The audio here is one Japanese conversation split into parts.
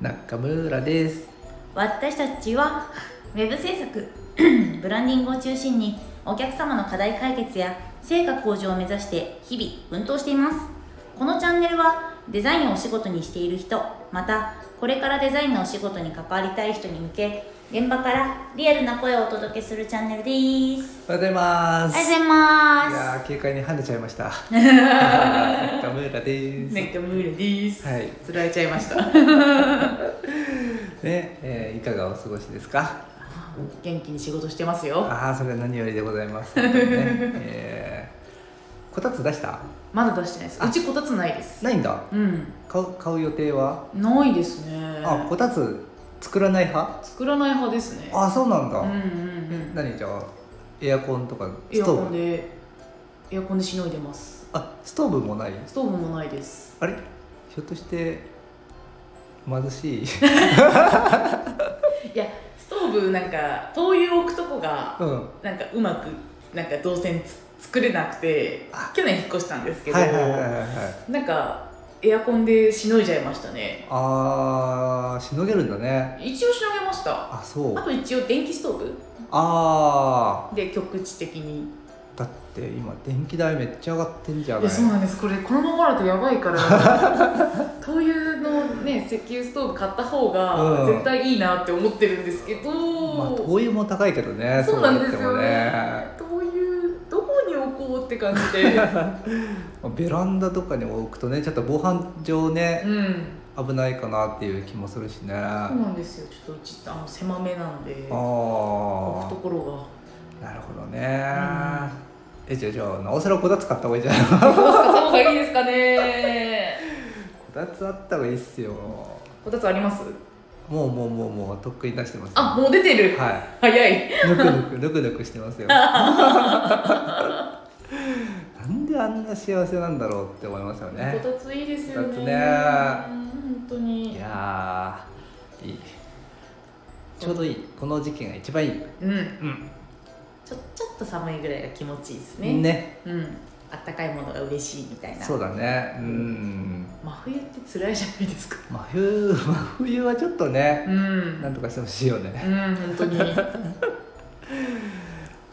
中村です私たちはウェブ制作 ブランディングを中心にお客様の課題解決や成果向上を目指して日々奮闘していますこのチャンネルはデザインをお仕事にしている人またこれからデザインのお仕事に関わりたい人に向け現場からリアルな声をお届けするチャンネルですおはようございますありがとうございまいすやー軽快に跳ねちゃいました中村です、めっちゃ無理ですはいねつられちゃいましたえーいかがお過ごしですか元気に仕事してますよああそれは何よりでございます、本当にねえーこたつ出したまだ出してないですあうちこたつないですないんだうん買う買う予定は、ないですねあこたつ作らない派作らない派ですねああそうなんだ、うんうんうん何じゃあエアコンとかエスアトコーンブでエアコンでしのいでますあストーブもないストーブもないですあれひょっとして貧しいいやストーブなんか灯油を置くとこがうんなんかうまくなんか動線つ作れなくてあ去年引っ越したんですけど、はいはいはいはいはいなんかエアコンでしのいじゃいましたねあーしのげるんだね一応しのげましたあそうあと一応電気ストーブあで局地的にーだって今電気代めっちゃ上がってんじゃいなやいそうなんですこれこのままだとやばいから 灯油のね石油ストーブ買った方うがん絶対いいなって思ってるんですけど、まあ灯油も高いけどねそうなんですよそうねやって灯油どこに置こうって感じ でもねベランダとかに置くとねちょっと防犯上ねうん危ないかなっていう気もするしねそうなんですよちょっとうちあの狭めなんであ置くとーころなるほどねえじゃあじゃあなおさらこたつ買った方がいいじゃん こがどうした方がいいですかねたつあった方がいいっすよこたつありますもうもうもうもうとっくに出してますあもう出てる、はい早いぬくぬくぬくぬくして ますよなんであんな幸せなんだろうって思いますよねこたついいですよねこたつうねん本当にいやーいいちょうどいいこの時期が一番いいうんうんちょちょっと寒いぐらいが気持ちいいですねねうんあったかいものが嬉しいみたいなそうだねうん真冬って辛いじゃないです か真冬真冬はちょっとねうんなんとかしてほしいよね、うん本当にこ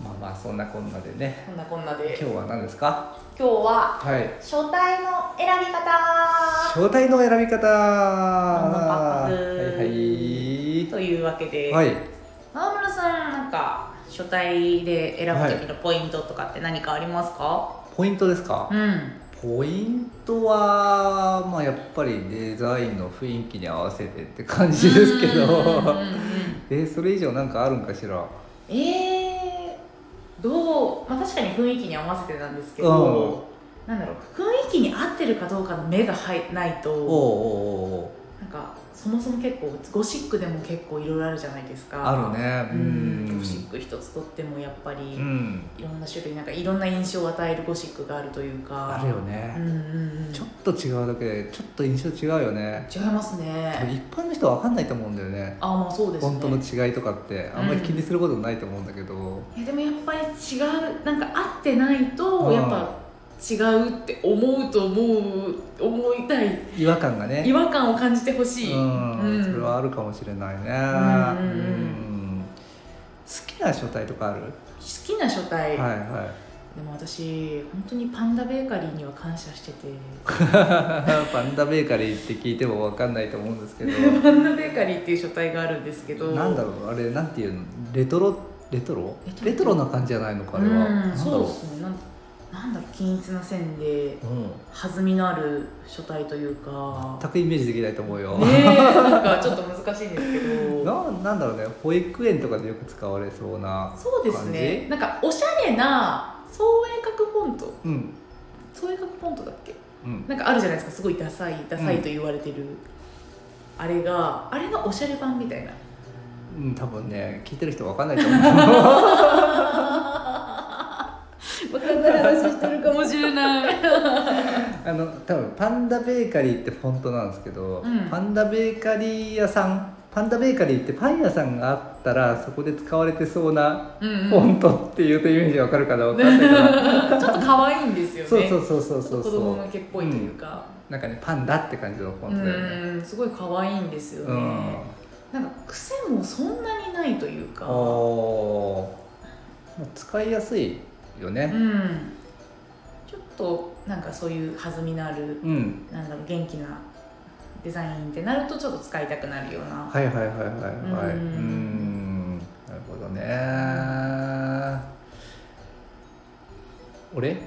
まあまあそんなこんなでねんなこんな今で日は何ですか今日ははい書体の選び方招待の選び方ンパンパはンいはいというわけで、はい川村さんなんか書体で選ぶ時のポイントとかって何かありますか、ポイントですか、うんポイントは、まあ、やっぱりデザインの雰囲気に合わせてって感じですけうんうんうどんうんえそれ以上なんかあるんかしらえー、どうまあ確かに雰囲気に合わせてなんですけど、なんだろう雰囲気に合ってるかどうかの目が入ないとおうおうおうおうなんかそもそも結構ゴシックでも結構いろいろあるじゃないですかあるねううんんゴシック一つとってもやっぱり、うんいろんな種類なんかいろんな印象を与えるゴシックがあるというかあるようね、んうんうんちょっと違うだけでちょっと印象違うよね違います多分ね一般の人は分かんないと思うんだよねあまあそうですね本当の違いとかってあんまり気にすることないと思うんだけど、いやでもやっぱり違うなんか合ってないとうんやっぱ違うって思うと思う思いたい違和感がね違和感を感じてほしい、うんうんそれはあるかもしれないね、うんうんうんうん好きな書体とかある好きな書体、はい はでも私本当にパンダベーカリーには感謝してていパンダベーカリーって聞いてもわかんないと思うんですけどパンダベーカリーっていう書体があるんですけどなんだろうあれなんていうのレトロレトロレトロレトロな感じじゃないのかあれは、う、なんんだそうでろすねなんなんだろう均一な線でう、うん、弾みのある書体というか全くイメージできないと思うよ、ねえなんかちょっと難しいんですけどななんだろうね保育園とかでよく使われそうなそうですねなんかおしゃれな創英角フォントうん創英角フォントだっけうんなんかあるじゃないですかすごいダサいダサいと言われてる、あれがあれのおしゃれ版みたい なうん、多分ね聞いてる人わかんないと 思う分かんない話してるかもしれないあの多分パンダベーカリーってフォントなんですけど、うんパンダベーカリー屋さんパンダベーカリーってパン屋さんがあったらそこで使われてそうなうん、うん、ちフォょっントっていうとイメージ わかるかなわかんないけどと可愛いんですよねそうそうそうそうそう子供そ向けっぽいというか、なんかねパンダって感じのフォントだよねうんすごい可愛いんですようね、んなんか癖もそんなにないというかおーまあ使いやすいようねんちょっとなんかそういう弾みのあるうん、なんだろう元気なデザインってなるとちょっと使いたくなるような、はいはいはいはいはいうんうんなるほどね俺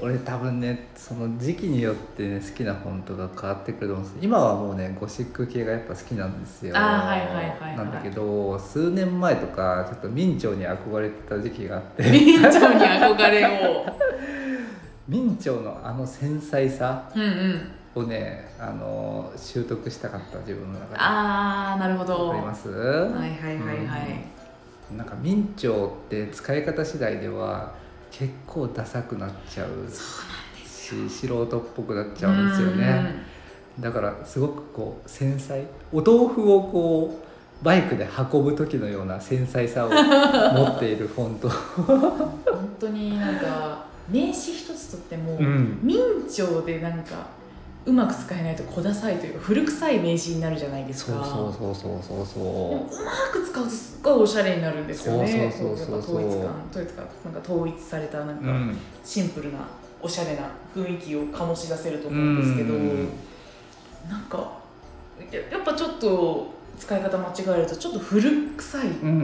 俺多分ねその時期によってね、好きなフォントが変わってくると思うんです今はもうねゴシック系がやっぱ好きなんですよあーはいはいはいはいなんだけど数年前とかちょっと明朝に憧れてた時期があって 民調に憧れを明朝のあの繊細さうんうんをねあの習得したかった自分の中でああなるほどわかりはますいはいはいはい、なんか明朝って使い方次第では結構ダサくなっちゃうし素人っぽくなっちゃうんですよねだからすごくこう繊細お豆腐をこうバイクで運ぶ時のような繊細さを持っているフォント、うん本当になんか名詞一つとっても、ん、明朝でなんかうまく使えないと小ダサいというか古臭い名詞になるじゃないですそかうそうそうそうそうでそもうまく使うとすっごいおしゃれになるんですよねそうそうそうそうこやっぱ統一感統一感なんか統一されたなんううかんシンプルなおしゃれな雰囲気を醸し出せると思うんですけど、うんなんかややっぱちょっと使い方間違えるとちょっと古臭い、うんうんうんうんうん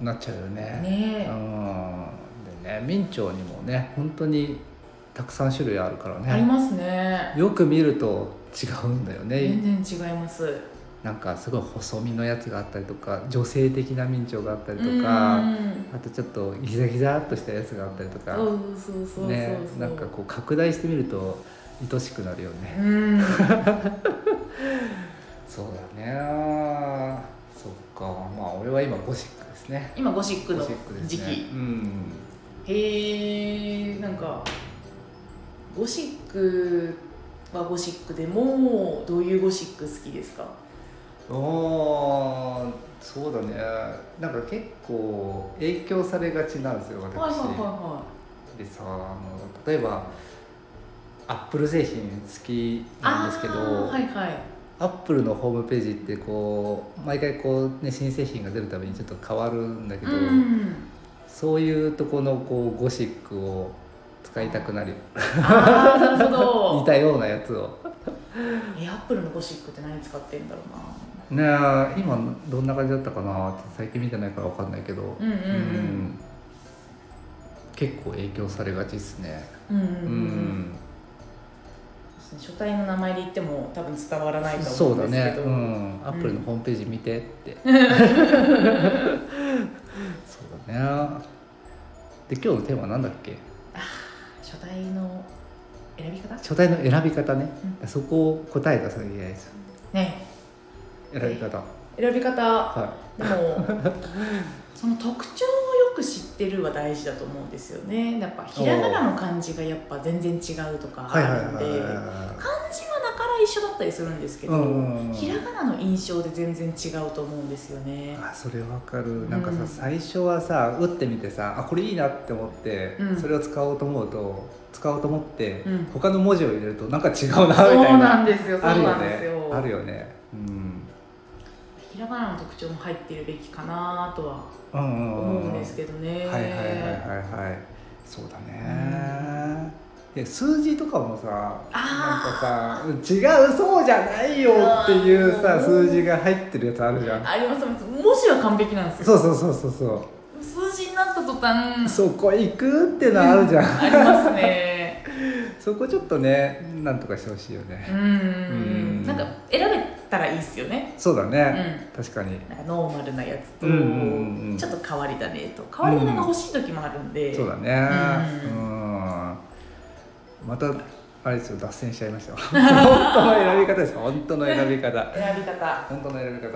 うんなっちゃうよねうん、ねえ、うんでね明朝にもね本当にたくさん種類あるからねありますねよく見ると違うんだよね全然違いますなんかすごい細身のやつがあったりとか女性的な明朝があったりとうかんあとちょっとギザギザっとしたやつがあったりとかそうそうそうそうそう、ねなんかこう拡大してみると愛しくなるよねう、んそうだねそっかまあ俺は今ゴシックですね今ゴシックゴのシックです時ね期、うんへえんかゴシックはゴシックでもどういうゴシック好きですかおーそうだねなんか結構影響されがちなんですよ私、はいはいはでさあの例えばアップル製品好きいはいなんですけど、あーはいはいアップルのホームページってこう毎回こう、ね、新製品が出るたびにちょっと変わるんだけど、うんそういうとこのこうゴシックを使いたくなるあーなる似ほ どたようなやつをえアップルのゴシックって何使ってんだろうなねえ今どんな感じだったかなって最近見てないから分かんないけど、うんうんうん結構影響されがちですねうんうんうんううんうんん、そうですね書体の名前で言っても多分伝わらないとそ思ううだんですねけどうんアップルのホームページ見 てって、そうだねで今日のテーマはなんだっけ書体の選び方書体の選び方ね、そこを答え出さなきゃいけないですよね選び方選び方はでもその特徴をよく知ってるは大事だと思うんですよねやっぱひらがなの漢字がやっぱ全然違うとかい、はいはいあるのはでい漢字はだから一緒だったりするんですけど、うんひらがなの印象で全然違うと思うんですよね。あそれわかるなんかさ、うん最初はさ打ってみてさあこれいいなって思って、うんそれを使おうと思うと使おうと思って、うん他の文字を入れるとなんか違うなそみたういななんですよ、そうあるよなんですねよ。あるよねうんひらがなの特徴も入ってるべきかなとはうんうんう思うんんですけどね。はいはいはいはいはいそうだね、で数字とかもさなあんかさ違うそうじゃないよっていうさうん数字が入ってるやつあるじゃんありますあります。文字は完璧なんですよ。そうそうそうそうそ数字になった途う端、そこ行くってのあるじゃんありますね。そこちょっとねなんとかしてほしいよね、うんんなんか選べたらいいっすよね、そうだうん、ね、確かになんかノーマルなやつと、うんうんうんちょっと変わり種と変わり種が欲しい時もあるんで、そうだねううんんまたあれですよ脱線しちゃいましたよ 本当の選び方です本当の選び方選び方本当の選び方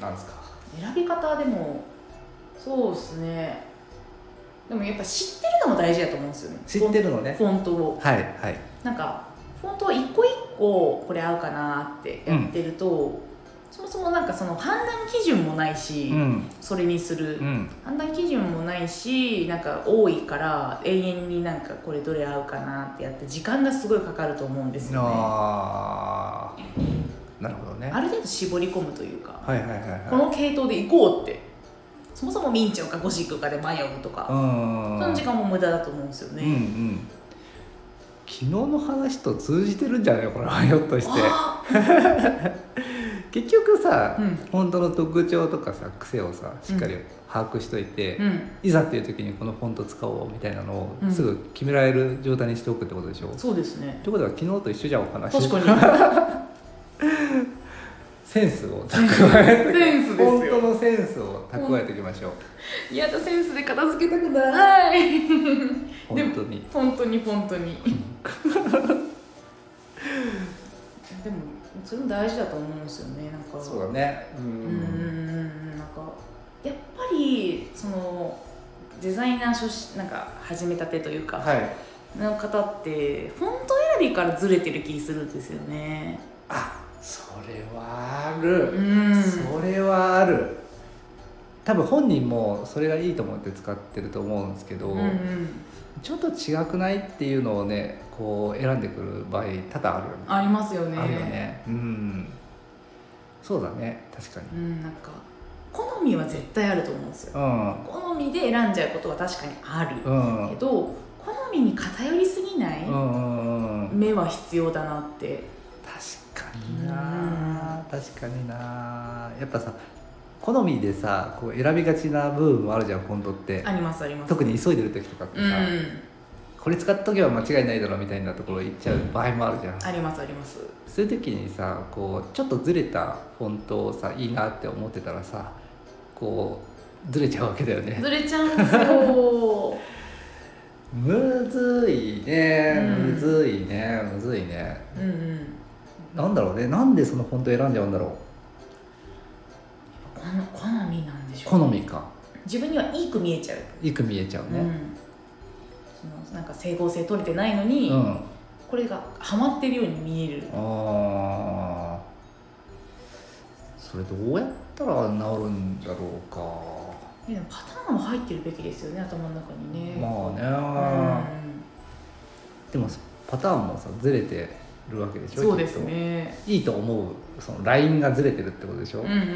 なんですか選び方でもそうっすねでもやっぱ知ってるのも大事だと思うんですよね知ってるのねフォントをはいはいなんかフォントを一個一個これ合うかなってやってると、そもそもなんかその判断基準もないし、うんそれにする、うん判断基準もないしなんか多いから永遠になんかこれどれ合うかなってやって時間がすごいかかると思うんですよねあーなるほどねある程度絞り込むというか、はいはいはいこはいの系統で行こうってそもそも明朝かゴシックかで迷うとか、うんその時間も無駄だと思うんですよね、うんうん昨日の話と通じてるんじゃないこれはひょっとしてあ結局さ、ーうん本当の特徴とかさ癖をさしっかり把握しといて、うんいざっていう時にこのフォント使おうみたいなのうをんすぐ決められる状態にしておくってことでしょ、うそうですねってことは昨日と一緒じゃんお話確かセンスを蓄えにセンスで本す当よのセンスを蓄えていきましょう、嫌だセンスで片付けたくない うんでも本当に本当に本当に でもそれも大事だと思うんですよねなんかそうだねううんんなんかやっぱりそのデザイナー初心なんか始めたてというか、はいの方ってフォント選びからずれてる気するんですよねあそれはある、うんそれはある多分本人もそれがいいと思って使ってると思うんですけど、うんうんちょっと違くないっていうのをねこう選んでくる場合多々あるよねありますよねあるよねうんそうだね確かにうんなんか好みは絶対あると思うんですようん好みで選んじゃうことは確かにある、うんけど好みに偏りすぎない、うんうんうん目は必要だなって確かにな確かになやっぱさ好みでさこう選びがちな部分もあるじゃん今度ってありますあります特に急いでる時とかってうさ、んこれ使っとけば間違いないだろうみたいなところ行っちゃう場合もあるじゃんありますありますそういう時にさこうちょっとずれたフォントをさいいなって思ってたらさこうずれちゃうわけだよねずれちゃうんです よむずいねうんむずいねむずいねうんうんなんだろうねなんでそのフォント選んじゃうんだろうこの好みなんでしょう好みか自分にはいいく見えちゃういく見えちゃううねん、そのなんか整合性取れてないのに、うん、あこれがハマってるように見えるあそれどうやったら治るんだろうかでもパターンも入ってるべきですよね頭の中にね、まああね、でもパターンもさずれてるわけでしょそうですきっねといいと思うそのラインがずれてるってことでしょ、ううんうんうんうん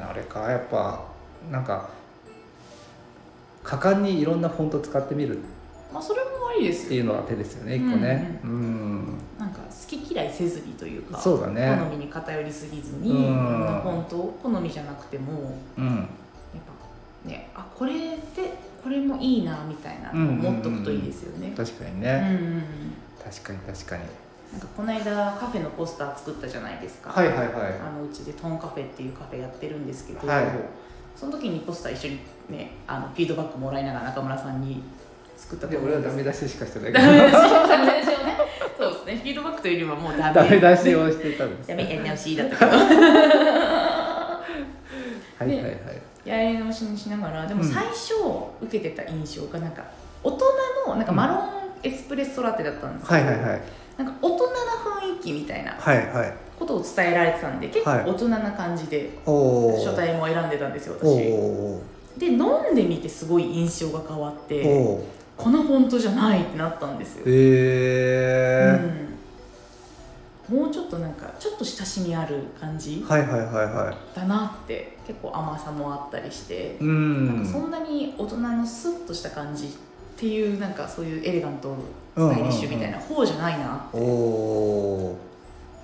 ーんあれかやっぱなんか果敢にいろんなフォント使ってみるまあそれもありでっすてよいうのは手ですよね一個ねうんなんか好き嫌いせずにというかそうだね好みに偏りすぎずにうん本当好みじゃなくてもうんやっぱねあこれでこれもいいなみたいなのを持っとくといいですよね確かにうんうんね、うん確かに確かになんかこの間カフェのポスター作ったじゃないですか、はいはいはいあのうちでトーンカフェっていうカフェやってるんですけど、はいその時にポスター一緒にねあのフィードバックもらいながら中村さんに作ったでと思俺うはんでダすメ出ししかしてないダからメ出しダメ出しをね そうですねフィードバックというよりはもうダメ ダメ出しをしてたんですダねメやり直しだったけどはいはいはいやり直しにしながらでもうん最初受けてた印象がなんか大人のなんかマロンエスプレッソラテだったんですけはど、いはいはいなんか大人な雰囲気みたいなはいはいことを伝えられてたんで結構はい大人な感じでおお書体も選んでたんですよ私。おおで飲んでみてすごい印象が変わっおておこのフォントじゃないってなったんですよ、えうん、もうちょっとなんかちょっと親しみある感じはいはいはいはだなって結構甘さもあったりしてい、うなんんかそんなに大人のスッとした感じっていうなんかそういうエレガントスタイリッシュみたいな方じゃないなおお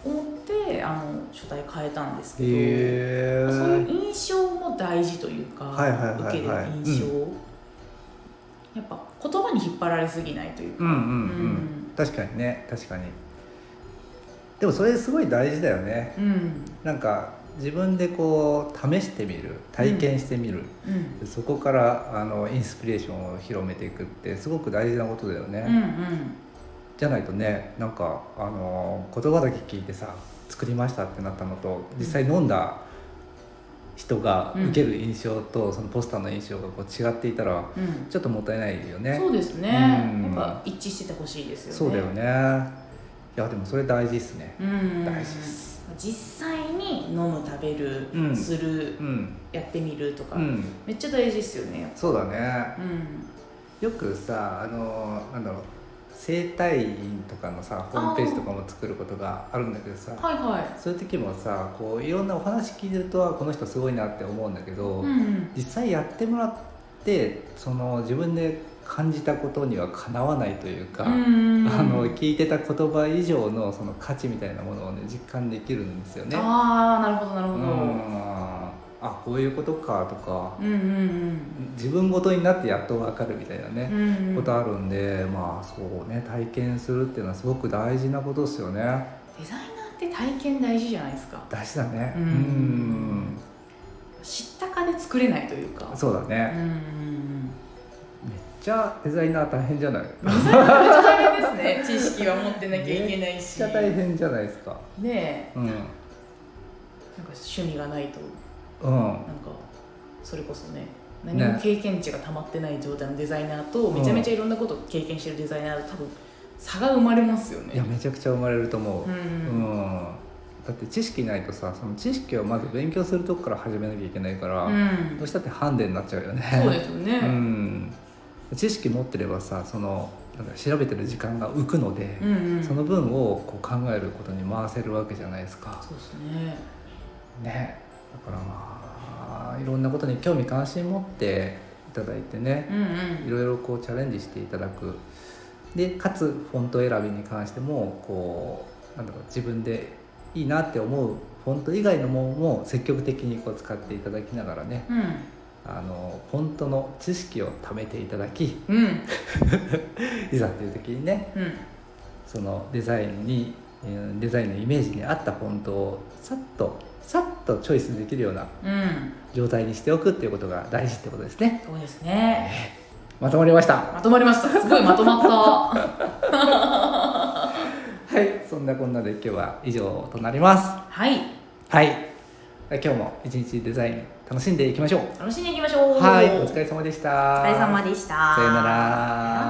と思ってあの書体変えたんですけど、へえそういう印象も大事というか、はいはいはいはい受ける印象、やっぱ言葉に引っ張られすぎないというか、うんうんうん確かにね確かにでもそれすごい大事だよねうんうんなんか自分でこう試してみる体験してみる、うんそこからあのインスピレーションを広めていくってすごく大事なことだよね、うんうんじゃないとねなんかあの言葉だけ聞いてさ作りましたってなったのと実際飲んだ人がうん受ける印象と、そのポスターの印象がこう違っていたらうんちょっともったいないよねそうですね、うんやっぱ一致しててほしいですよねそうだよねいやでもそれ大事ですねうん大事です実際にに飲む食べる、うんするうんやってみるとか、うんめっちゃ大事ですよねそうだねうんよくさあのなんだろう整体院とかのさホームページとかも作ることがあるんだけどさはいはそういう時もさこういろんなお話聞いてるとあこの人すごいなって思うんだけど、いうんうん実際やってもらってその自分で感じたことにはかなわないというか、うんあの聞いてた言葉以上のその価値みたいなものをね実感できるんですよね。ああなるほどなるうほんど、あこういうことかとかうんうん自分ごとになってやっとわかるみたいなうんね、うんうんことあるんでまあそうね体験するっていうのはすごく大事なことですよね。デザイナーって体験大事じゃないですか大事だね。うん知ったかで作れないというかうんそうだね。うんうんうんめっちゃデザイナー大変じゃないめっめちゃ大変ですね知識は持ってなきゃいけないしちゃ大変じゃないですかねうん、うん、えなんか趣味がないとなんかそれこそね何も経験値が溜まってない状態のデザイナーと、うんめちゃめちゃいろんなことを経験してるデザイナーと多分差が生まれますよねいやめちゃくちゃ生まれると思うう、んうんだって知識ないとさその知識をまず勉強するとこから始めなきゃいけないから、うん、うんどうしたってハンデになっちゃうよねそうですよね、 うん、知識持ってればさそのなんか調べてる時間が浮くのでう、んうんその分をこう考えることに回せるわけじゃないですかそうですねねだからまあいろんなことに興味関心持っていただいてねうんいろいろこうチャレンジしていただくでかつフォント選びに関してもこうなんだろう自分でいいなって思うフォント以外のものも積極的にこう使っていただきながらねうんあのフォントの知識を貯めていただきうんうんいざという時にねうんそのデザインにうんデザインのイメージに合ったフォントをさっとさっとチョイスできるようなうん状態にしておくっていうことが大事ってことですねそうですねまとまりましたまとまりましたすごいまとまったはいそんなこんなで今日は以上となりますはいはい今日も一日デザイン楽しんでいきましょう楽しんでいきましょうはいお疲れ様でしたお疲れ様でしたさよさよなならら